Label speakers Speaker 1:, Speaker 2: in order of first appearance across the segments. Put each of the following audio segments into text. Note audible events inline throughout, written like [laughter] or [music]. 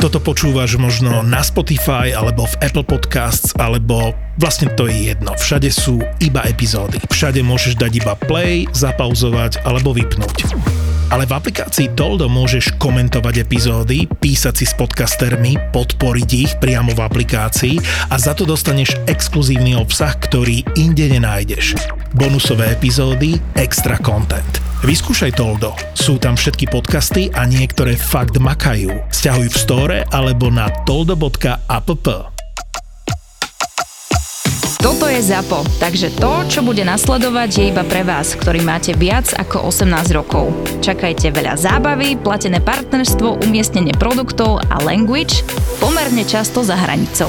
Speaker 1: Toto počúvaš možno na Spotify alebo v Apple Podcasts alebo vlastne to je jedno. Všade sú iba epizódy. Všade môžeš dať iba play, zapauzovať alebo vypnúť. Ale v aplikácii Toldo môžeš komentovať epizódy, písať si s podcastermi, podporiť ich priamo v aplikácii a za to dostaneš exkluzívny obsah, ktorý inde nenájdeš. Bonusové epizódy, extra content. Vyskúšaj Toldo. Sú tam všetky podcasty a niektoré fakt makajú. Sťahuj v store alebo na toldo.app.
Speaker 2: Toto je ZAPO, takže to, čo bude nasledovať, je iba pre vás, ktorý máte viac ako 18 rokov. Čakajte veľa zábavy, platené partnerstvo, umiestnenie produktov a language pomerne často za hranicou.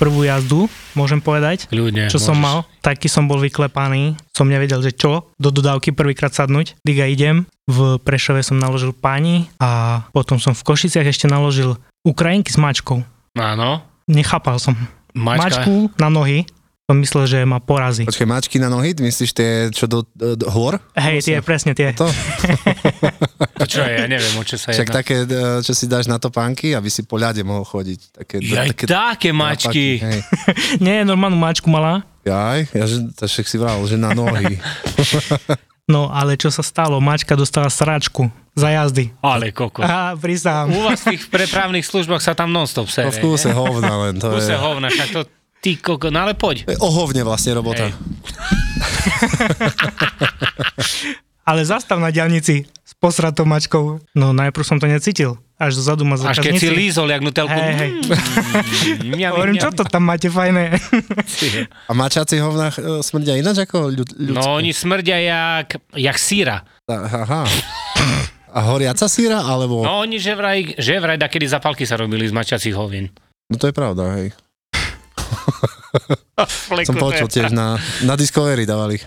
Speaker 3: Prvú jazdu, môžem povedať,
Speaker 4: Ľudne,
Speaker 3: čo som mal, taký som bol vyklepaný, som nevedel, že čo, do dodávky prvýkrát sadnúť, diga idem, v Prešove som naložil pani a potom som v Košiciach ešte naložil Ukrajinky s mačkou.
Speaker 4: Áno.
Speaker 3: Nechápal som.
Speaker 4: Mačka.
Speaker 3: Mačku na nohy, som myslel, že ma porazí.
Speaker 5: Počkaj, mačky na nohy, ty myslíš tie, čo do, do, do hôr?
Speaker 3: Hej, tie, presne tie.
Speaker 5: To?
Speaker 4: To čo je, ja neviem, o čo sa
Speaker 5: Však
Speaker 4: jedná.
Speaker 5: také, e, čo si dáš na topánky, aby si po ľade mohol chodiť. Také,
Speaker 4: Jaj,
Speaker 5: také,
Speaker 4: také mačky.
Speaker 5: Hej.
Speaker 3: Nie, normálnu mačku mala,
Speaker 5: Jaj, ja, že, to však si vral, že na nohy.
Speaker 3: no ale čo sa stalo, mačka dostala sračku za jazdy.
Speaker 4: Ale koko.
Speaker 3: Aha,
Speaker 4: U
Speaker 3: prisám.
Speaker 4: vás v tých prepravných službách sa tam non-stop
Speaker 5: No
Speaker 4: sere.
Speaker 5: v kúse hovna len. To
Speaker 4: Kuse
Speaker 5: je,
Speaker 4: hovna, však to ty koko, no ale poď.
Speaker 5: to je o hovne vlastne robota.
Speaker 4: Hej.
Speaker 3: Ale zastav na diálnici s posratou mačkou. No najprv som to necítil. Až dozadu ma
Speaker 4: Až keď
Speaker 3: zákazníci.
Speaker 4: si lízol jak nutelku.
Speaker 3: Hej, hej.
Speaker 4: Mm, mňam,
Speaker 3: Hovorím,
Speaker 4: mňam.
Speaker 3: čo to tam máte fajné?
Speaker 4: Ty.
Speaker 5: A mačací hovna e, smrdia ináč ako ľud, ľudské.
Speaker 4: No oni smrdia jak, jak síra.
Speaker 5: Aha. A horiaca síra, alebo...
Speaker 4: No oni že vraj, že vraj kedy zapalky sa robili z mačiacich hovín.
Speaker 5: No to je pravda, hej. Som počul tiež na, na Discovery dávali.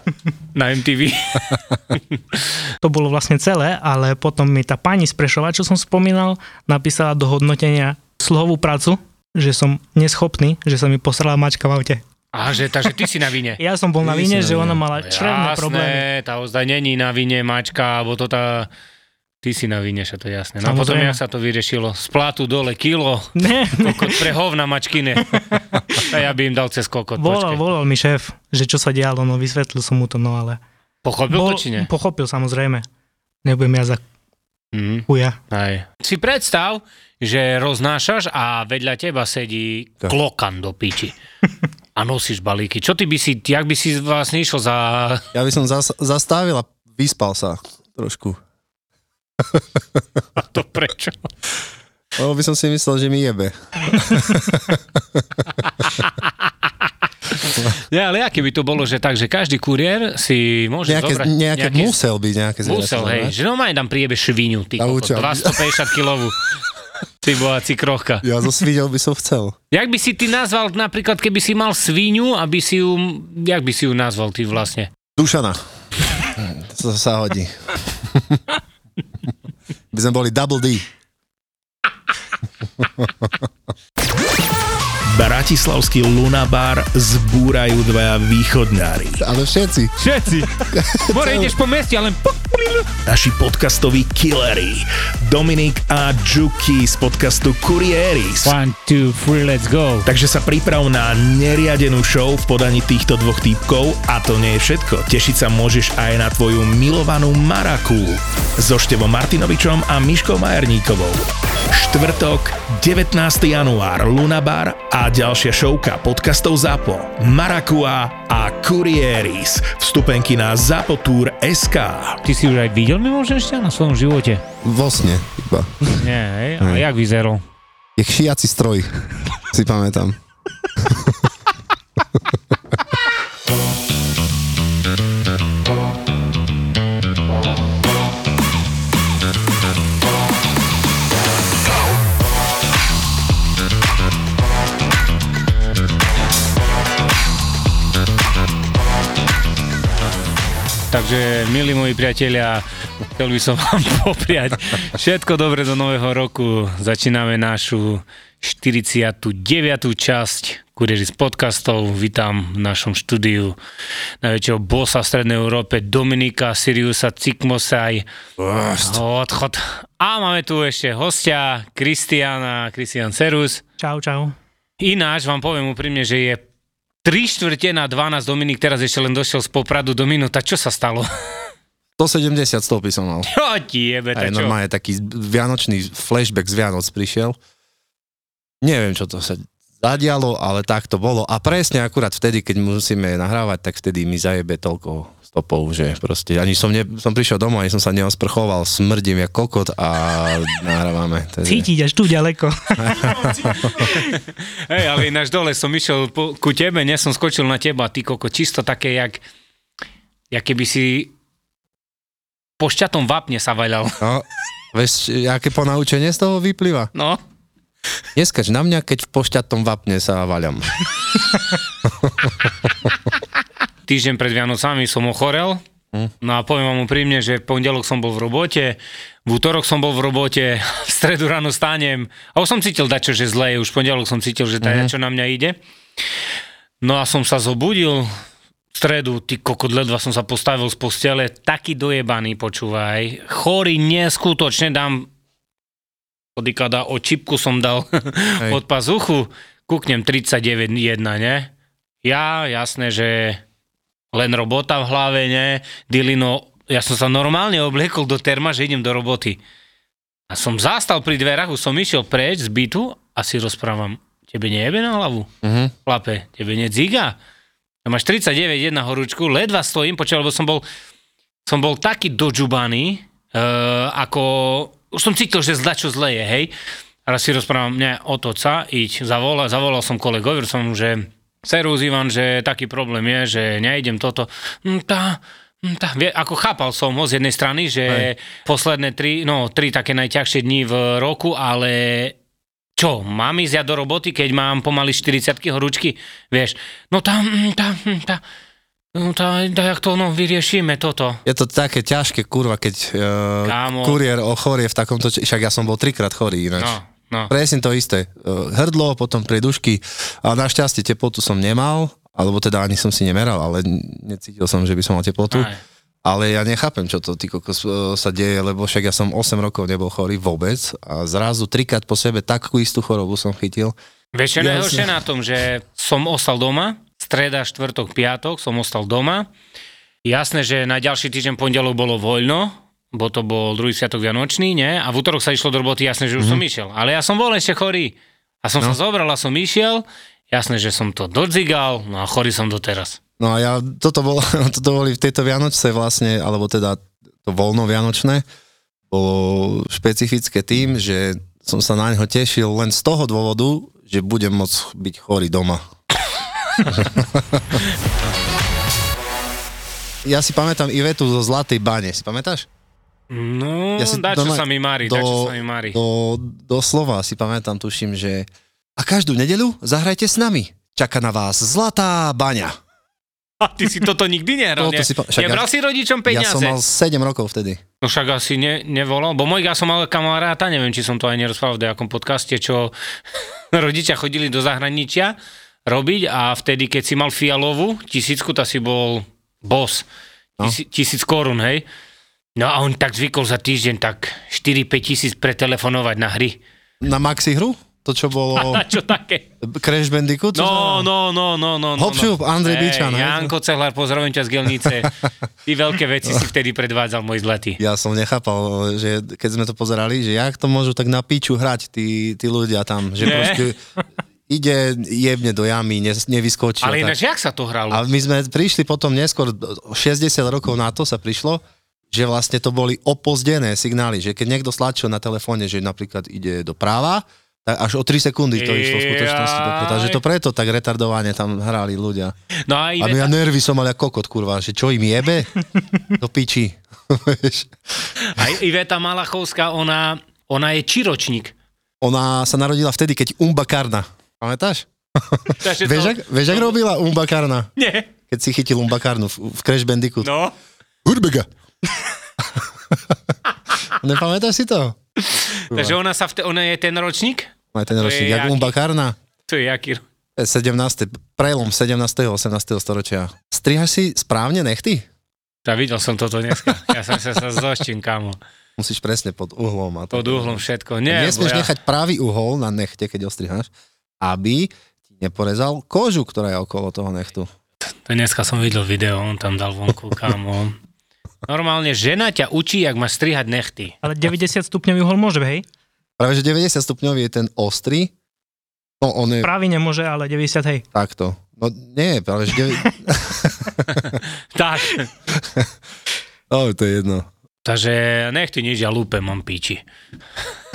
Speaker 4: Na MTV.
Speaker 3: [laughs]
Speaker 4: [laughs]
Speaker 3: to bolo vlastne celé, ale potom mi tá pani z Prešova, čo som spomínal, napísala do hodnotenia slohovú prácu, že som neschopný, že sa mi posrala mačka v aute.
Speaker 4: A že, takže ty si na vine.
Speaker 3: Ja som bol na
Speaker 5: Ty
Speaker 3: vine,
Speaker 5: si
Speaker 3: že
Speaker 5: na
Speaker 3: ona
Speaker 5: vine.
Speaker 3: mala črevné problémy.
Speaker 4: tá ozda není na vine mačka, alebo to tá... Ty si na vine, že to je jasné. No a potom
Speaker 3: Samozrejme.
Speaker 4: ja sa to vyriešilo. Splatu dole kilo,
Speaker 3: Ne, ne.
Speaker 4: kokot pre hovna mačkine. A ja by im dal cez kokot.
Speaker 3: Volal,
Speaker 4: Počkej.
Speaker 3: volal mi šéf, že čo sa dialo, no vysvetlil som mu to, no ale...
Speaker 4: Pochopil to či nie?
Speaker 3: pochopil samozrejme. Nebudem ja za
Speaker 4: Mhm.
Speaker 3: chuja.
Speaker 4: Aj. Si predstav, že roznášaš a vedľa teba sedí klokan do piči. A nosíš balíky. Čo ty by si, jak by si vlastne išiel za...
Speaker 5: Ja by som zas, zastavil a vyspal sa trošku.
Speaker 4: A to prečo? [laughs]
Speaker 5: Lebo by som si myslel, že mi jebe.
Speaker 4: Nie, ale aké by to bolo, že tak, že každý kuriér si môže
Speaker 5: Nejaké,
Speaker 4: Akože zobrať...
Speaker 5: nejaké, musel byť nejaké
Speaker 4: Musel, hej. Že no maj tam priebe švinu, ty
Speaker 5: A
Speaker 4: kokos,
Speaker 5: učia.
Speaker 4: 250 kilovú. Ty bohací krochka.
Speaker 5: Ja zo svidel by som chcel.
Speaker 4: Jak by si ty nazval, napríklad, keby si mal svíňu, aby si ju... Jak by si ju nazval ty vlastne?
Speaker 5: [laughs] Dušana. To sa hodí. by sme boli double D.
Speaker 1: Bratislavský Lunabar zbúrajú dvaja východňári.
Speaker 5: Ale všetci.
Speaker 4: Všetci! Bore, ideš po meste, ale
Speaker 1: Naši podcastoví killery. Dominik a Juki z podcastu Kurieris.
Speaker 4: One, two, three, let's go.
Speaker 1: Takže sa priprav na neriadenú show v podaní týchto dvoch týpkov a to nie je všetko. Tešiť sa môžeš aj na tvoju milovanú Maraku so Števom Martinovičom a Miškou Majerníkovou. Štvrtok, 19. január, Lunabar a ďalšia showka podcastov ZAPO, Marakua a Kurieris. Vstupenky na zapotur.sk SK.
Speaker 4: Ty si už aj videl mimoženšťa na svojom živote?
Speaker 5: Vo sne. Iba.
Speaker 4: Nie, hej? A jak vyzeral?
Speaker 5: Je šiaci stroj. Si pamätám.
Speaker 4: Takže, milí moji priatelia, chcel by som vám [laughs] popriať všetko dobre do nového roku. Začíname našu 49. časť Kurieri z podcastov. Vítam v našom štúdiu najväčšieho bossa v Strednej Európe, Dominika, Siriusa, Cikmosaj. Odchod. A máme tu ešte hostia, Kristiana, Kristian Serus.
Speaker 3: Čau, čau.
Speaker 4: Ináč vám poviem úprimne, že je 3 štvrte na 12 Dominik teraz ešte len došiel z Popradu do minúta. Čo sa stalo?
Speaker 5: 170 stopy som mal.
Speaker 4: Čo ti jebe,
Speaker 5: Aj
Speaker 4: to čo?
Speaker 5: normálne taký vianočný flashback z Vianoc prišiel. Neviem, čo to sa zadialo, ale tak to bolo. A presne akurát vtedy, keď musíme nahrávať, tak vtedy mi zajebe toľko stopov, že proste ani som, ne, som prišiel domov, ani som sa neosprchoval, smrdím jak
Speaker 4: [laughs]
Speaker 5: kokot a nahrávame. Takže-
Speaker 3: Cítiť až tu ďaleko. [laughs]
Speaker 4: Hej, ale ináč dole som išiel po, ku tebe, nie som skočil na teba, ty koko, čisto také, jak, jak keby si po šťatom vápne sa vaľal. [laughs]
Speaker 5: No, vieš, aké ponaučenie z toho vyplýva?
Speaker 4: No,
Speaker 5: Neskač na mňa, keď v pošťatom vapne sa vaľam.
Speaker 4: týždeň pred Vianocami som ochorel, No a poviem vám úprimne, že v pondelok som bol v robote, v útorok som bol v robote, [laughs] v stredu ráno stánem a už som cítil dačo, že zle je, už v pondelok som cítil, že dačo na mňa ide. No a som sa zobudil, v stredu, ty kokot, ledva som sa postavil z postele, taký dojebaný, počúvaj, chorý, neskutočne dám odikada, o čipku som dal [laughs]
Speaker 5: Hej.
Speaker 4: od pazuchu, kúknem 39,1, ne? Ja, jasné, že len robota v hlave, ne? Dilino, ja som sa normálne obliekol do terma, že idem do roboty. A som zastal pri dverách, už som išiel preč z bytu a si rozprávam, tebe nejebe na hlavu?
Speaker 5: Mhm.
Speaker 4: Chlape, tebe nedziga? A máš 39 jedna horúčku, ledva stojím, počal, lebo som bol, som bol taký dožubaný, uh, ako, už som cítil, že zda čo zle je, hej. A raz si rozprávam, mňa otoca, iď, zavolal, zavolal som kolegovi, hovoril som, mu, že Serus Ivan, že taký problém je, že nejdem toto. Mm, Tá, mm, tá. Vie, ako chápal som ho z jednej strany, že posledné tri, no tri také najťažšie dni v roku, ale čo, mám ísť ja do roboty, keď mám pomaly 40 horúčky, vieš, no tam, tam, tam, no tá, tá, jak to, no, vyriešime toto.
Speaker 5: Je to také ťažké, kurva, keď
Speaker 4: Kámo.
Speaker 5: uh, kuriér ochorie v takomto... Či... Však ja som bol trikrát chorý ináč.
Speaker 4: No, no.
Speaker 5: Presne to isté. Eh, Hrdlo, potom priedušky. A našťastie teplotu som nemal, alebo teda ani som si nemeral, ale n- necítil som, že by som mal teplotu.
Speaker 4: Aj.
Speaker 5: Ale ja nechápem, čo to ty kokos, eh, sa deje, lebo však ja som 8 rokov nebol chorý vôbec a zrazu trikrát po sebe takú istú chorobu som chytil.
Speaker 4: Vieš, čo je
Speaker 5: Jasne.
Speaker 4: najhoršie na tom, že som ostal doma, streda, štvrtok, piatok, som ostal doma. Jasné, že na ďalší týždeň pondelok bolo voľno, bo to bol druhý sviatok Vianočný, nie? A v útorok sa išlo do roboty, jasné, že už
Speaker 5: Mhm.
Speaker 4: som išiel. Ale ja som bol ešte chorý. A som no. sa zobral a som išiel, jasné, že som to dodzigal, no a chorý som doteraz.
Speaker 5: No a ja, toto, bolo, [laughs] toto boli v tejto Vianočce vlastne, alebo teda to voľno Vianočné, bolo špecifické tým, že som sa na neho tešil len z toho dôvodu, že budem môcť byť chorý doma. ja si pamätám Ivetu zo Zlatej bane, si pamätáš?
Speaker 4: No,
Speaker 5: Ja si
Speaker 4: dá, čo
Speaker 5: doma-
Speaker 4: sa mi mári, dá, čo sa mi mári.
Speaker 5: Do, doslova si pamätám, tuším, že a každú nedeľu zahrajte s nami. Čaká na vás Zlatá baňa.
Speaker 4: A ty si toto
Speaker 5: [laughs]
Speaker 4: nikdy nehral,
Speaker 5: Toto
Speaker 4: ne?
Speaker 5: No, si pa- však
Speaker 4: Nebral
Speaker 5: ja-
Speaker 4: si rodičom
Speaker 5: Ja
Speaker 4: peniaze?
Speaker 5: som mal 7 rokov vtedy.
Speaker 4: No však asi ne, nevolal, bo môj, ja som mal kamaráta, neviem, či som to aj nerozprával v nejakom podcaste, čo [laughs] rodičia chodili do zahraničia robiť a vtedy, keď si mal fialovú tisícku, tá si bol boss.
Speaker 5: No.
Speaker 4: Tisí, tisíc korún, hej? No a on tak zvykol za týždeň tak 4-5 tisíc pretelefonovať na hry.
Speaker 5: Na Maxi hru? To, čo bolo
Speaker 4: [laughs] A čo také?
Speaker 5: Crash Bandicoot? No. čo
Speaker 4: No,
Speaker 5: znamená?
Speaker 4: no, no, no, no. no,
Speaker 5: Hop,
Speaker 4: no.
Speaker 5: šup, Andrej
Speaker 4: Ej,
Speaker 5: Byčan, hej.
Speaker 4: Janko Cehlár, pozdravím ťa z
Speaker 5: [laughs]
Speaker 4: Gelnice. Ty veľké veci si vtedy predvádzal, môj zlatý.
Speaker 5: Ja som nechápal, že keď sme to pozerali, že jak to môžu tak na piču hrať tí, tí ľudia tam, že
Speaker 4: Nie.
Speaker 5: proste ide jebne do jamy, ne, nevyskočí. a
Speaker 4: Ale
Speaker 5: tak.
Speaker 4: ináč, jak sa to hralo?
Speaker 5: A my sme prišli potom neskôr, 60 rokov na to sa prišlo, že vlastne to boli opozdené signály, že keď niekto stlačil na telefóne, že napríklad ide doprava, tak až o 3 sekundy to išlo v skutočnosti.
Speaker 4: Jaj.
Speaker 5: doprava. Takže to preto tak retardovane tam hrali ľudia.
Speaker 4: No a
Speaker 5: A ja
Speaker 4: Iveta,
Speaker 5: nervy som mal ako kokot, kurva, že čo im
Speaker 4: [laughs]
Speaker 5: jebe? Do piči. [laughs] Vieš.
Speaker 4: a Iveta Malachovská, ona, ona je čiročník.
Speaker 5: Ona sa narodila vtedy, keď Umba Karna. Pamätáš?
Speaker 4: Takže
Speaker 5: Vieš, ak, vieš,
Speaker 4: No.
Speaker 5: ak robila Umba Karna?
Speaker 4: Nie.
Speaker 5: Keď si chytil Umba Karnu v, v Crash Bandicoot.
Speaker 4: No.
Speaker 5: Urbega. [laughs] Nepamätáš si to?
Speaker 4: Takže ona, sa vte, ona je ten ročník?
Speaker 5: Má ten
Speaker 4: To je
Speaker 5: ročník, jak
Speaker 4: jaký?
Speaker 5: Umba Karna.
Speaker 4: To je jaký? ro-
Speaker 5: 17. prelom 17. a 18. storočia. Strihaš si správne nechty?
Speaker 4: Ja videl som toto dneska. Ja som sa, sa zoštím, kamo.
Speaker 5: Musíš presne pod uhlom. A to-
Speaker 4: Pod uhlom všetko. Nie, bo
Speaker 5: Nesmieš
Speaker 4: ja...
Speaker 5: nechať pravý uhol na nechte, keď ho striháš, aby ti neporezal kožu, ktorá je okolo toho nechtu.
Speaker 4: To dneska som videl video, on tam dal vonku, kamo. Normálne žena ťa učí, jak máš strihať nechty.
Speaker 3: Ale 90 stupňový uhol môže, hej?
Speaker 5: Práve že 90 stupňový je ten ostrý, no on je
Speaker 3: Pravý nemôže, ale 90, hej. [laughs]
Speaker 5: takto. No nie, práve že... devi-
Speaker 4: [laughs] Tak.
Speaker 5: oh, to je jedno.
Speaker 4: Takže nechty nič, ja lúpe mám píči.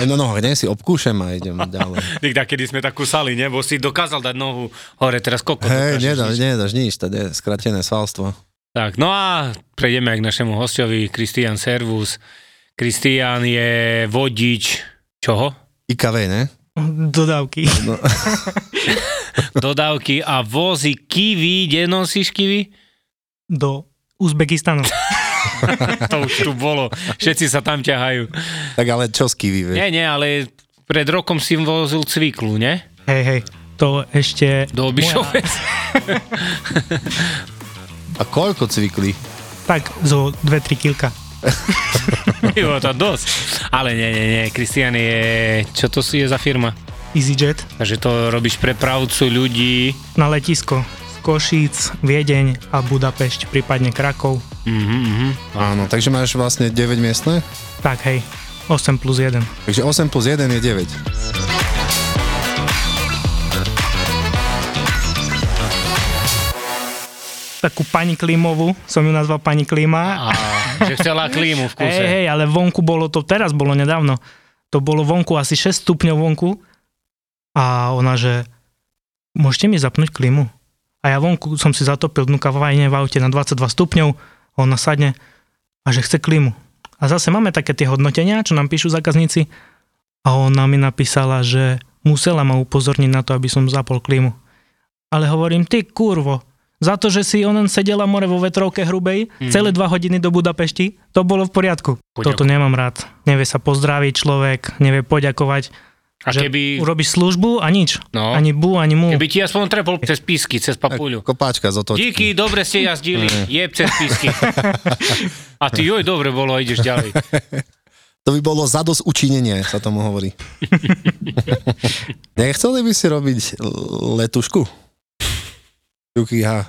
Speaker 5: No nohách, nie si obkúšem a idem ďalej.
Speaker 4: [laughs] Nikda, kedy sme tak kusali, ne? Bo si dokázal dať nohu hore, teraz koko
Speaker 5: Hej,
Speaker 4: dokážeš
Speaker 5: nedáš,
Speaker 4: nič.
Speaker 5: nedáš nič, to je skratené svalstvo.
Speaker 4: Tak, no a prejdeme k našemu hostovi, Kristian Servus. Kristian je vodič, čoho?
Speaker 5: IKV, ne?
Speaker 3: Dodávky.
Speaker 4: Dodávky a vozí kiwi, kde nosíš kiwi?
Speaker 3: Do Uzbekistanu.
Speaker 4: [laughs] To už tu bolo, všetci sa tam ťahajú.
Speaker 5: Tak ale čo z kiwi, vieš?
Speaker 4: Nie, nie, ale pred rokom si vozil cviklu, ne?
Speaker 3: Hej, hej. To ešte...
Speaker 4: Do Obišovec.
Speaker 5: A koľko cvikli?
Speaker 3: Tak, zo 2-3 kilka.
Speaker 4: [laughs] Bolo to dosť. Ale nie, nie, nie, Kristian je, čo to si je za firma?
Speaker 3: EasyJet.
Speaker 4: Takže to robíš prepravcu ľudí.
Speaker 3: Na letisko. Z Košíc, Viedeň a Budapešť, prípadne Krakov.
Speaker 4: Mhm, mhm.
Speaker 5: Áno, takže máš vlastne 9 miestne?
Speaker 3: Tak, hej. 8 plus 1.
Speaker 5: Takže 8 plus 1 je 9.
Speaker 3: Takú pani Klimovú, som ju nazval pani Klima.
Speaker 4: A, že chcela klímu v kuse.
Speaker 3: Hej, hej, ale vonku bolo to, teraz bolo nedávno, to bolo vonku asi 6 stupňov vonku a ona, že môžete mi zapnúť klimu? A ja vonku som si zatopil dnuka vajne v aute na 22 stupňov, ona sadne a že chce klimu. A zase máme také tie hodnotenia, čo nám píšu zákazníci a ona mi napísala, že musela ma upozorniť na to, aby som zapol klimu. Ale hovorím, ty kurvo, za to, že si onen sedela more vo vetrovke hrubej, mm. celé dva hodiny do Budapešti, to bolo v poriadku.
Speaker 4: Mhm. Poďakujem.
Speaker 3: Toto nemám rád. Nevie sa pozdraviť človek, nevie poďakovať.
Speaker 4: A keby,
Speaker 3: Urobíš službu a nič.
Speaker 4: No.
Speaker 3: Ani bu, ani mu.
Speaker 4: keby ti aspoň trepol cez písky, cez papuľu.
Speaker 5: Kopáčka z otočky.
Speaker 4: Díky, dobre ste jazdili, jeb cez písky. A ty, joj, dobre bolo, a ideš ďalej.
Speaker 5: To by bolo zadosť učinenie, sa tomu
Speaker 4: [laughs]
Speaker 5: hovorí. Nechceli by si robiť l- letušku? Jukiha.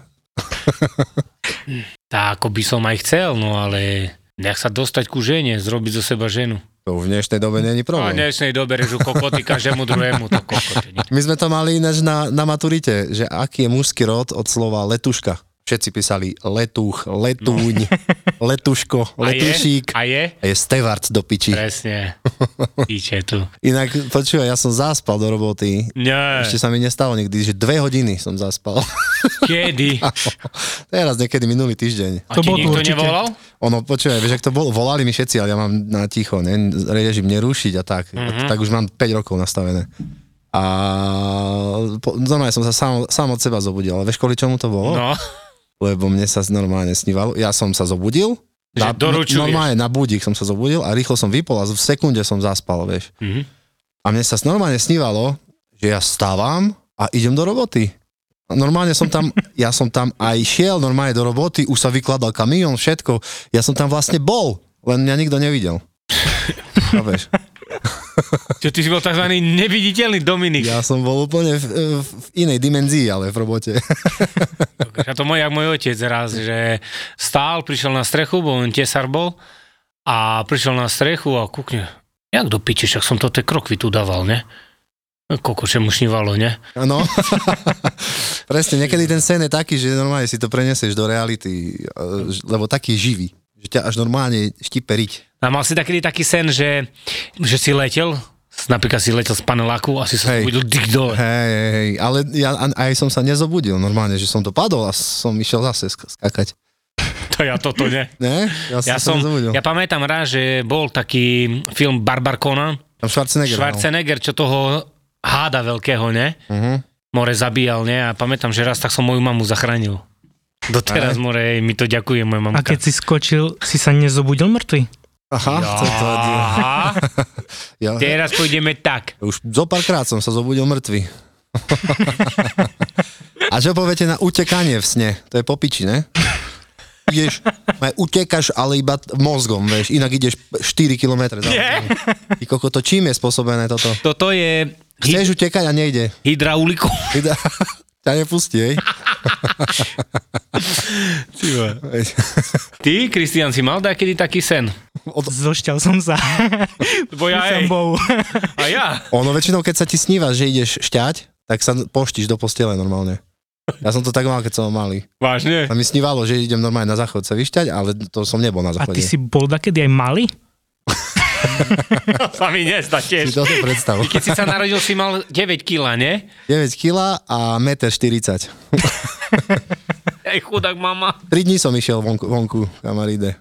Speaker 4: Tak, ako by som aj chcel, no ale nech sa dostať ku žene, zrobiť zo seba ženu.
Speaker 5: To v dnešnej dobe není
Speaker 4: A v
Speaker 5: problém.
Speaker 4: dnešnej dobe režu kokoty každému druhému, to kokotiny.
Speaker 5: My sme to mali ináč na, na maturite, že aký je mužský rod od slova letuška. Všetci písali letuch, letúň, [laughs] letuško,
Speaker 4: No. A je?
Speaker 5: letušík.
Speaker 4: A je?
Speaker 5: A je stevard do piči.
Speaker 4: Presne. Píče tu.
Speaker 5: Inak, počúvaj, ja som zaspal do roboty.
Speaker 4: Nie.
Speaker 5: Ešte sa mi nestalo nikdy, že dve hodiny som
Speaker 4: [laughs]
Speaker 5: zaspal.
Speaker 4: Kedy?
Speaker 5: Teraz niekedy minulý týždeň.
Speaker 4: A
Speaker 3: To
Speaker 4: ti
Speaker 3: bol tu
Speaker 4: nikto
Speaker 3: určite.
Speaker 4: nevolal?
Speaker 5: Ono, počúvaj, vieš, ak to bolo, volali mi všetci, ale ja mám na ticho, ne, režim nerušiť a tak. Mm-hmm. Tak už mám 5 rokov nastavené. A po, normálne som sa sám, sám od seba zobudil, ale vieš, kvôli čomu to bolo?
Speaker 4: No.
Speaker 5: Lebo mne sa normálne snívalo. Ja som sa zobudil,
Speaker 4: Že doručuješ.
Speaker 5: normálne na budík som sa zobudil a rýchlo som vypol a v sekunde som zaspal, vieš.
Speaker 4: Mhm.
Speaker 5: A mne sa normálne snívalo, že ja stávam a idem do roboty. A Normálne som
Speaker 4: [laughs]
Speaker 5: tam, ja som tam aj šiel normálne do roboty, už sa vykladal kamión, všetko. Ja som tam vlastne bol, len mňa nikto
Speaker 4: [laughs]
Speaker 5: nevidel. Chápeš?
Speaker 4: Čo ty si bol tzv. neviditeľný Dominik. Ja.
Speaker 5: Ja som bol úplne v, v, v inej dimenzii, ale v robote.
Speaker 4: Akože A to môj, jak môj otec raz, že stál, prišiel na strechu, bo on tesar bol, a prišiel na strechu a kúkne, jak do piče, však som to tie krokvy tu dával, ne? Koko, čo mu šnívalo, ne?
Speaker 5: Áno. [laughs] Presne, niekedy ten sen je taký, že normálne si to prenesieš do reality, eh, ž- lebo taký je živý, že ťa až normálne štípe riť.
Speaker 4: A mal si taký, taký sen, že, že si letel, napríklad si letel z paneláku a si sa
Speaker 5: Hej.
Speaker 4: zbudil dik dole.
Speaker 5: [laughs] Hej, hej, hej, ale ja an- aj som sa nezobudil normálne, že som to padol a som išiel zase sk- skakať.
Speaker 4: To ja toto ne.
Speaker 5: Ne?
Speaker 4: Ja,
Speaker 5: sa
Speaker 4: som,
Speaker 5: nezobudil.
Speaker 4: ja pamätám raz, že bol taký film Barbar Conan,
Speaker 5: Tam Schwarzenegger. no. Schwarzen...
Speaker 4: Schwarzenegger, čo toho háda veľkého, ne?
Speaker 5: Uh-huh.
Speaker 4: More zabíjal, ne? A pamätám, že raz tak som moju mamu zachránil. Doteraz,
Speaker 5: Aj.
Speaker 4: more, jej, mi to ďakuje moja
Speaker 3: A
Speaker 4: mamka.
Speaker 3: keď si skočil, si sa nezobudil mŕtvy?
Speaker 5: Aha, ja. [laughs] to, to,
Speaker 4: Aha,
Speaker 5: ja,
Speaker 4: teraz pôjdeme tak.
Speaker 5: už zo párkrát som sa zobudil mŕtvy. A čo poviete na utekanie v sne? To je popiči, ne? Ideš, aj utekáš, ale iba t- mozgom, vieš, inak ideš 4 km za hodinu. Ty koko, to čím je spôsobené toto?
Speaker 4: Toto je hy-
Speaker 5: Chceš utekať a nejde.
Speaker 4: hydraulikou.
Speaker 5: Ida, [laughs] ťa nepustí, hej? Veď,
Speaker 4: Ty, Kristian, si mal kedy taký sen?
Speaker 3: Zošťal som sa.
Speaker 4: Bo [laughs] ja,
Speaker 3: Som
Speaker 4: ej,
Speaker 3: bol.
Speaker 4: a ja.
Speaker 5: ono väčšinou, keď sa ti sníva, že ideš šťať, tak sa poštíš do postele normálne. Ja som to tak mal, keď som malý.
Speaker 4: Vážne?
Speaker 5: [laughs] A mi snívalo, že idem normálne na záchod sa vyšťať, ale to som nebol na
Speaker 3: A
Speaker 5: záchode.
Speaker 3: ty si bol takedy aj malý?
Speaker 4: Sa mi nezda
Speaker 5: si
Speaker 4: tiež.
Speaker 5: to si
Speaker 3: [laughs]
Speaker 5: predstav.
Speaker 4: Keď si sa narodil, si mal 9 kg, nie?
Speaker 5: 9 kg a 1,40 m.
Speaker 4: Ej, chudák mama.
Speaker 5: 3 dní som išiel vonku, vonku kamaríde.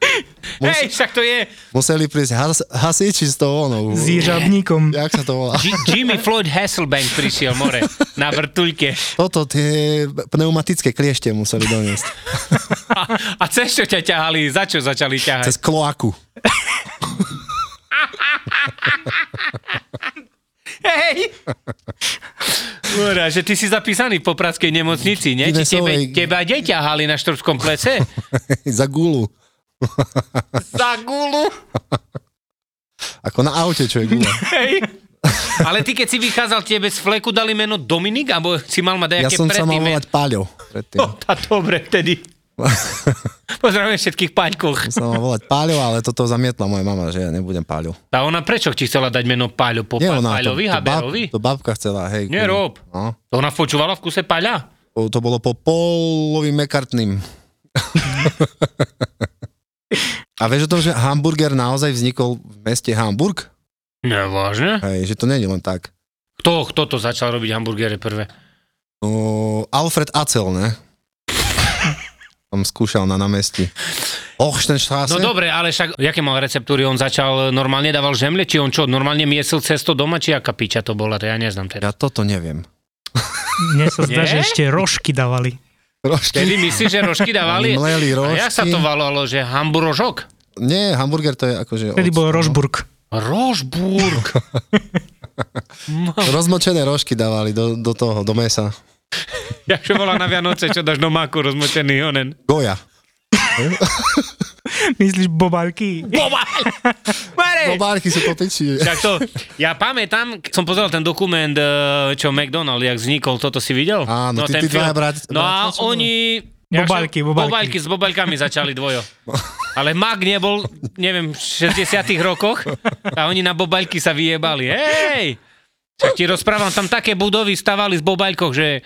Speaker 4: Hej, však to je
Speaker 5: Museli prísť has, hasiči s tou onou.
Speaker 3: S ježabníkom.
Speaker 5: Jak sa to volá?
Speaker 4: G- Jimmy Floyd Hasselbank prišiel more na vrtuľke.
Speaker 5: Toto tie pneumatické kliešte museli doniesť.
Speaker 4: A, a cez čo ťa ťahali? Za čo začali ťahať?
Speaker 5: Cez kloaku. [laughs]
Speaker 4: Hej! Mora, že ty si zapísaný v popradskej nemocnici, nie? Či tebe,
Speaker 5: Guinnessovej-
Speaker 4: teba aj ťahali na štrbskom plese?
Speaker 5: Za gulu.
Speaker 4: Za gulu!
Speaker 5: Ako na aute, čo je
Speaker 4: [laughs]
Speaker 5: gula.
Speaker 4: Hej. Ale ty, keď si vychádzal, tebe z fleku dali meno Dominik, alebo si mal mať
Speaker 5: Ja
Speaker 4: nejaké
Speaker 5: som sa mal
Speaker 4: predtým meno?
Speaker 5: volať Paľo. Predtým.
Speaker 4: No, tá dobre,
Speaker 5: [laughs]
Speaker 4: vtedy. Pozdravujem všetkých paňkoch.
Speaker 5: Som sa mal volať Paľo, ale toto zamietla moja mama, že ja nebudem Paľo.
Speaker 4: Tá ona prečo ti chcela dať meno Paľo? Po
Speaker 5: Nie ona, to,
Speaker 4: Paľovi,
Speaker 5: to, bab,
Speaker 4: Haberovi?
Speaker 5: to babka chcela, hej.
Speaker 4: Nie, rob.
Speaker 5: kvôli- No,
Speaker 4: To ona počúvala v kuse Paľa?
Speaker 5: to, to bolo po polovým
Speaker 4: [laughs]
Speaker 5: mekartným. A vieš o tom, že hamburger naozaj vznikol v meste Hamburg?
Speaker 4: Nevážne?
Speaker 5: Hej, že to nie je len tak.
Speaker 4: Kto, kto to začal robiť hamburgere prvé?
Speaker 5: No, Alfred Acel, ne? Tam skúšal na námestí.
Speaker 4: No
Speaker 5: Ochštenstrasse?
Speaker 4: dobre, ale však, jaké mal receptúry? On začal, e, normálne dával žemle, či on čo, normálne miesil cesto doma, či aká piča to bola, to ja neznám teda.
Speaker 5: Ja toto neviem.
Speaker 3: Mne sa zdá,
Speaker 4: Nie?
Speaker 3: že ešte rožky dávali.
Speaker 5: Rožky?
Speaker 4: Vtedy myslíš, že rožky dávali? A
Speaker 5: Mleli rožky.
Speaker 4: jak sa to valalo, že hamburožok?
Speaker 5: Nie, hamburger to je akože...
Speaker 3: Vtedy
Speaker 5: od-
Speaker 3: bol
Speaker 5: no.
Speaker 3: Rožburg.
Speaker 4: Rožburg.
Speaker 5: [laughs]
Speaker 4: [laughs]
Speaker 5: Rozmočené rožky dávali do, do toho, do mesa.
Speaker 4: Jak čo volá na Vianoce, čo dáš do maku rozmočený onen.
Speaker 5: Goja.
Speaker 3: Myslíš bobalky?
Speaker 4: Mare!
Speaker 5: Obárky sú popiči.
Speaker 4: Tak to, ja pamätám, keď som pozeral ten dokument, e, čo McDonald, jak vznikol, toto si videl?
Speaker 5: Áno, ty-
Speaker 4: ten
Speaker 5: ty dvaja
Speaker 4: film.
Speaker 5: brat-
Speaker 4: No a
Speaker 5: bratia, čo
Speaker 4: oni...
Speaker 3: Bobalky, bobalky.
Speaker 4: Bobalky s bobalkami začali dvojo. Ale Mac nebol, neviem, v 60 rokoch a oni na bobalky sa vyjebali. Hej! Čo ti rozprávam, tam také budovy stavali z bobalkoch, že...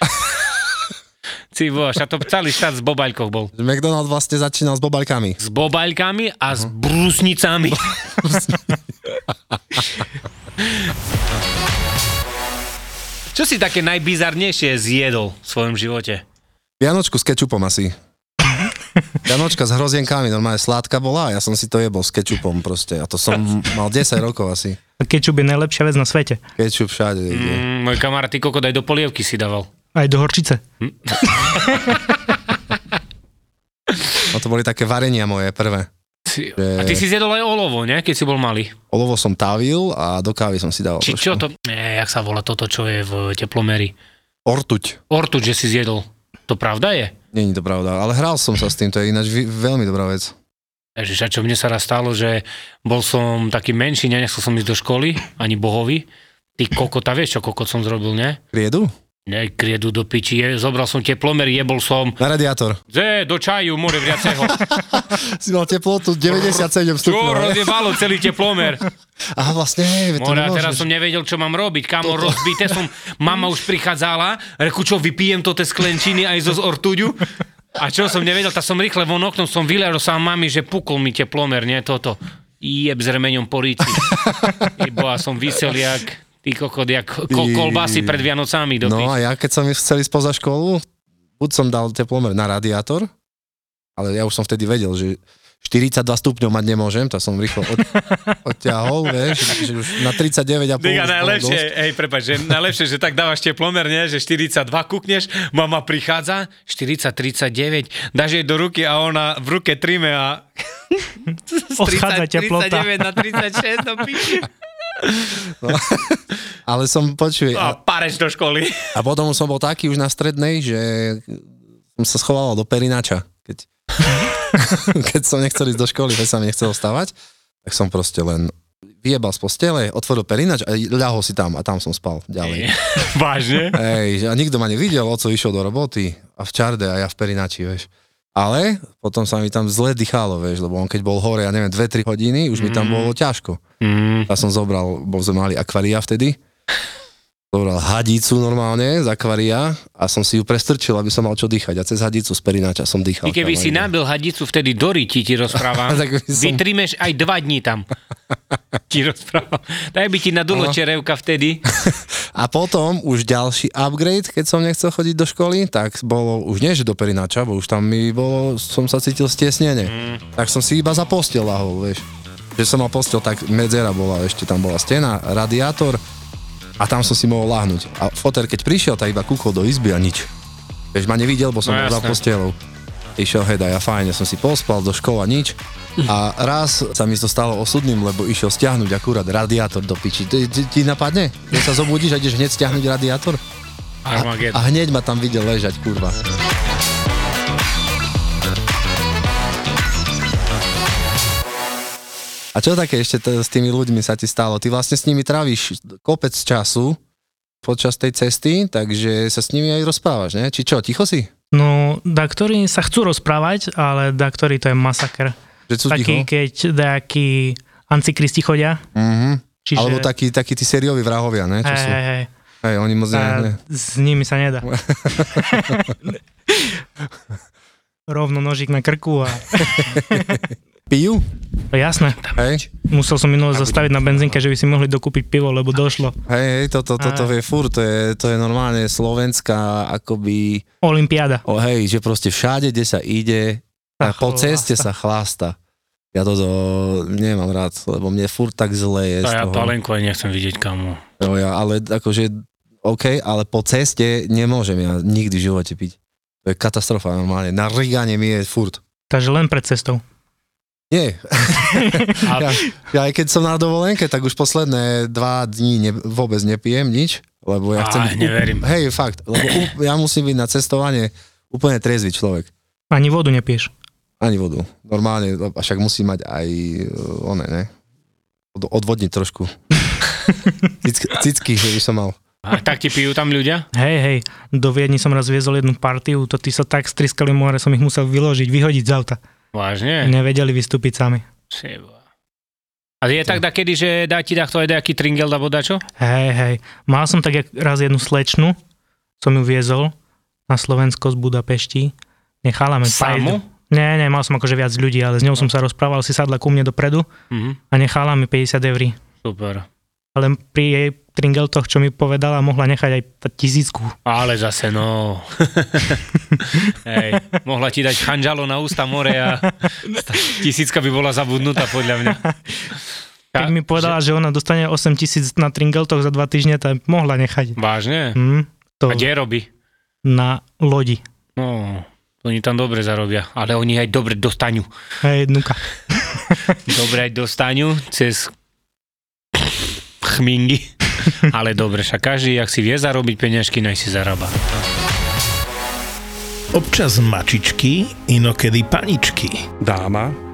Speaker 4: Ci bož, a to celý štát z bobalkoch bol.
Speaker 5: McDonald vlastne začínal s bobalkami.
Speaker 4: S bobalkami a s brúsnicami. [laughs] Čo si také najbizarnejšie zjedol v svojom živote?
Speaker 5: Vianočku s kečupom
Speaker 4: [laughs]
Speaker 5: asi. Vianočka s hrozienkami, normálne sladká bola a ja som si to jebol s kečupom proste. A to som mal 10 rokov asi.
Speaker 3: A Kečup je najlepšia vec na svete.
Speaker 5: Kečup všade ide.
Speaker 4: Mm, môj kamarát, ty kokot aj do polievky si dával.
Speaker 3: Aj do horčice.
Speaker 5: No to boli také varenia moje prvé.
Speaker 4: Ty- A ty si zjedol aj olovo, ne? keď si bol malý.
Speaker 5: Olovo som tavil a do kávy som si dal
Speaker 4: Či
Speaker 5: trošku.
Speaker 4: čo to? E, jak sa volá toto, čo je v teplomeri?
Speaker 5: Ortuť.
Speaker 4: Ortuč, že si zjedol. To pravda je?
Speaker 5: Není to pravda, ale hral som sa s tým, to je ináč vy- veľmi dobrá vec.
Speaker 4: Ježiš, a čo mne sa raz stalo, že bol som taký menší, nenechcel som ísť do školy, ani bohovi. Ty kokota, vieš čo kokot som zrobil, ne?
Speaker 5: Kriedu?
Speaker 4: Ne, kriedu do piči, je, zobral som teplomer, jebol som,
Speaker 5: Na radiátor.
Speaker 4: že do čaju, more
Speaker 5: [laughs]
Speaker 4: vriaceho.
Speaker 5: Si mal
Speaker 4: [laughs]
Speaker 5: teplotu 97
Speaker 4: Čo,
Speaker 5: stupňov. ne?
Speaker 4: rozjebalo celý teplomer.
Speaker 5: Aha, vlastne, hej, veď to
Speaker 4: More, a teraz
Speaker 5: nemôžeš.
Speaker 4: som nevedel, čo mám robiť. Kamo, rozbité som, mama už prichádzala, reku, čo, vypijem to te sklenčiny aj zo z ortuďu? A čo som nevedel, tak som rýchle von oknom som vyleral sa mami, že pukol mi teplomer, nie toto. Jeb s remeňom po
Speaker 5: [laughs]
Speaker 4: ríci. Ibo a som vysel jak, ty kokot, jak ko-
Speaker 5: Ty-
Speaker 4: kolbasy pred Vianocami. Do
Speaker 5: No
Speaker 4: no,
Speaker 5: a ja keď som chcel ísť poza školu, buď som dal teplomer na radiátor, ale ja už som vtedy vedel, že 42 stupňov mať nemôžem, tak som rýchlo
Speaker 4: [laughs]
Speaker 5: od, odťahol, vieš, že už na 39 a pol.
Speaker 4: Diga, najlepšie, hej, prepáč, že najlepšie, že tak dávaš teplomer, nie? že 42 kúkneš, mama prichádza, 40-39, dáš jej do ruky a ona v ruke trime a z
Speaker 3: Odchádza teplota.
Speaker 4: 39 na 36, no piči.
Speaker 5: Ale som, počuj,
Speaker 4: A
Speaker 5: a,
Speaker 4: pareš do školy.
Speaker 5: a potom som bol taký už na strednej, že som sa schoval do perinača. Keď, [laughs] keď som nechcel ísť do školy, že sa mi nechcel vstávať, tak som proste len vyjebal z postele, otvoril perinač a ľahol si tam a tam som spal ďalej.
Speaker 4: Vážne?
Speaker 5: Hej, že- a nikto ma nevidel, oco išiel do roboty a v čarde a ja v perinači, vieš. Ale potom sa mi tam zle dýchalo, vieš, lebo on keď bol hore, ja neviem, 2-3 hodiny, už mi tam bolo ťažko.
Speaker 4: Mm.
Speaker 5: Ja som zobral, bol sme mali akvaria vtedy, zobral hadicu normálne z akvaria a som si ju prestrčil, aby som mal čo dýchať. A cez hadicu z perináča som dýchal.
Speaker 4: Ty keby si
Speaker 5: Tam,
Speaker 4: nabil hadicu vtedy do ryti, ti rozprávam.
Speaker 5: [laughs] Tak by som-
Speaker 4: Vytrimeš aj dva dní
Speaker 5: [laughs]
Speaker 4: tam. ti rozprávam. Daj by ti nadulo
Speaker 5: No.
Speaker 4: čerevka vtedy.
Speaker 5: A potom už ďalší upgrade, keď som nechcel chodiť do školy, tak bolo už nie, že do perináča, bo už tam mi bolo, som sa cítil stiesnenie. Mm. Tak som si iba za postel lahol, vieš. Že som mal postel, tak medzera bola, ešte tam bola stena, radiátor a tam som si mohol lahnúť. A foter, keď prišiel, tak iba kúkol do izby a nič. Vieš, ma nevidel, bo som
Speaker 4: No
Speaker 5: no, za
Speaker 4: jasné.
Speaker 5: postelou. Išiel heda, ja fajne som si pospal do škola, nič. A raz sa mi to stalo osudným, lebo išiel stiahnuť akurát radiátor do piči. Ti, ti, ti napadne? Keď sa zobudíš a ideš hneď stiahnuť radiátor? A
Speaker 4: Armageddon.
Speaker 5: hneď ma tam videl ležať, kurva. A čo také ešte t- s tými ľuďmi sa ti stalo? Ty vlastne s nimi tráviš kopec času počas tej cesty, takže sa s nimi aj rozprávaš, ne? Či čo, ticho si?
Speaker 3: No, da ktorí sa chcú rozprávať, ale da ktorí to je masaker.
Speaker 5: Že sú ticho?
Speaker 3: Taký, keď nejakí ancikristi chodia.
Speaker 5: Mhm.
Speaker 3: Čiže,
Speaker 5: Alebo takí, takí tí sérioví vrahovia, ne? Čo
Speaker 3: hej,
Speaker 5: sú?
Speaker 3: hej, hej.
Speaker 5: Hej, oni moc ne, ne.
Speaker 3: A s nimi sa
Speaker 5: [laughs]
Speaker 3: nedá. Rovno nožík na krku a
Speaker 5: Pijú?
Speaker 3: jasné.
Speaker 5: Hej,
Speaker 3: Musel som minule zastaviť na benzínke, že by si mohli dokúpiť pivo, lebo došlo.
Speaker 5: hej, hej toto to, to, to je fur, to je, to je normálne slovenská akoby...
Speaker 3: Olimpiáda.
Speaker 5: O hej, že proste všade, kde sa ide,
Speaker 3: Sa
Speaker 5: a po
Speaker 3: chlásta.
Speaker 5: ceste sa chlásta. Ja toto nemám rád, lebo mne furt tak zle je
Speaker 4: A
Speaker 5: z
Speaker 4: ja
Speaker 5: toho.
Speaker 4: palenku aj nechcem vidieť kamo.
Speaker 5: Jo, ja, ale akože, OK, ale po ceste nemôžem ja nikdy v živote piť. To je katastrofa normálne. Na riganie mi je furt.
Speaker 3: Takže len pred cestou.
Speaker 4: [laughs]
Speaker 5: Nie,
Speaker 4: A
Speaker 5: ja, ja aj keď som na dovolenke, tak už posledné dva dní ne, vôbec nepijem nič, lebo ja
Speaker 4: Á,
Speaker 5: chcem... byť úpl-
Speaker 4: neverím.
Speaker 5: Hej, fakt, lebo ú- ja musím byť na cestovanie úplne triezvy človek.
Speaker 3: Ani vodu nepiješ.
Speaker 5: Ani vodu. Normálne, a však musí mať aj e, one, ne? Od, odvodniť
Speaker 4: [laughs]
Speaker 5: trošku. Cicky, cicky že by som mal.
Speaker 4: A tak ti pijú tam ľudia?
Speaker 3: Hej, hej, do Viedni som raz viezol jednu partiu, to tí sa tak striskali more, som ich musel vyložiť, vyhodiť z auta.
Speaker 4: Vážne?
Speaker 3: Nevedeli vystúpiť sami.
Speaker 4: Seba. A je tak da kedy, že dá ti takto aj nejaký tringel alebo dačo?
Speaker 3: Hej, hej, mal som tak jak raz jednu slečnu, som ju viezol na Slovensko z Budapešti. Nechala ma
Speaker 4: Samu?
Speaker 3: Nie, nie, mal som akože viac ľudí, ale s ňou som sa rozprával, si sadla ku mne dopredu
Speaker 4: Mhm.
Speaker 3: a nechala mi 50 eur.
Speaker 4: Super.
Speaker 3: Ale pri jej tringeltoch, čo mi povedala, mohla nechať aj t- tisícku.
Speaker 4: Ale zase
Speaker 3: [laughs]
Speaker 4: no. Hej, mohla ti dať chanžalo na ústa more a tisícka by bola zabudnutá podľa mňa.
Speaker 3: Keď mi povedala, že, ona dostane 8 tisíc na tringeltoch za 2 týždne, tak mohla nechať.
Speaker 4: Vážne?
Speaker 3: Hm, to
Speaker 4: A kde robí?
Speaker 3: na lodi.
Speaker 4: No, oni tam dobre zarobia, ale oni aj dobre dostanú.
Speaker 3: Hej, nuka.
Speaker 4: Dobre aj dostanú cez
Speaker 3: [laughs]
Speaker 4: chmingy. Ale dobre, však každý, ak si vie zarobiť peňažky, nech si zarába.
Speaker 1: Občas mačičky, inokedy paničky.
Speaker 6: dáma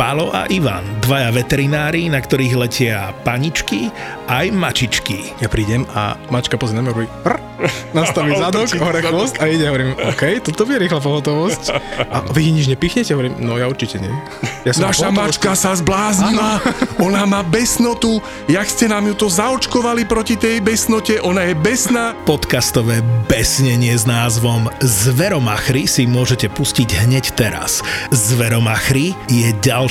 Speaker 1: Pálo a Ivan, dvaja veterinári, na ktorých letia paničky aj mačičky.
Speaker 7: Ja prídem a mačka pozrie na mňa, robí prr, nastaví zadok,
Speaker 6: Otočí
Speaker 7: hore
Speaker 6: zadok.
Speaker 7: chvost a ide. Ja hovorím, OK, toto bude rýchla pohotovosť. A vy nič nepichnete? Hovorím, no ja určite nie. Ja som
Speaker 6: Naša
Speaker 7: pohotovosť-
Speaker 6: mačka sa zbláznila, [laughs] ona má besnotu, jak ste nám ju to zaočkovali proti tej besnote, ona je besná.
Speaker 1: Podcastové besnenie s názvom Zveromachry si môžete pustiť hneď teraz. Zveromachry je ďalší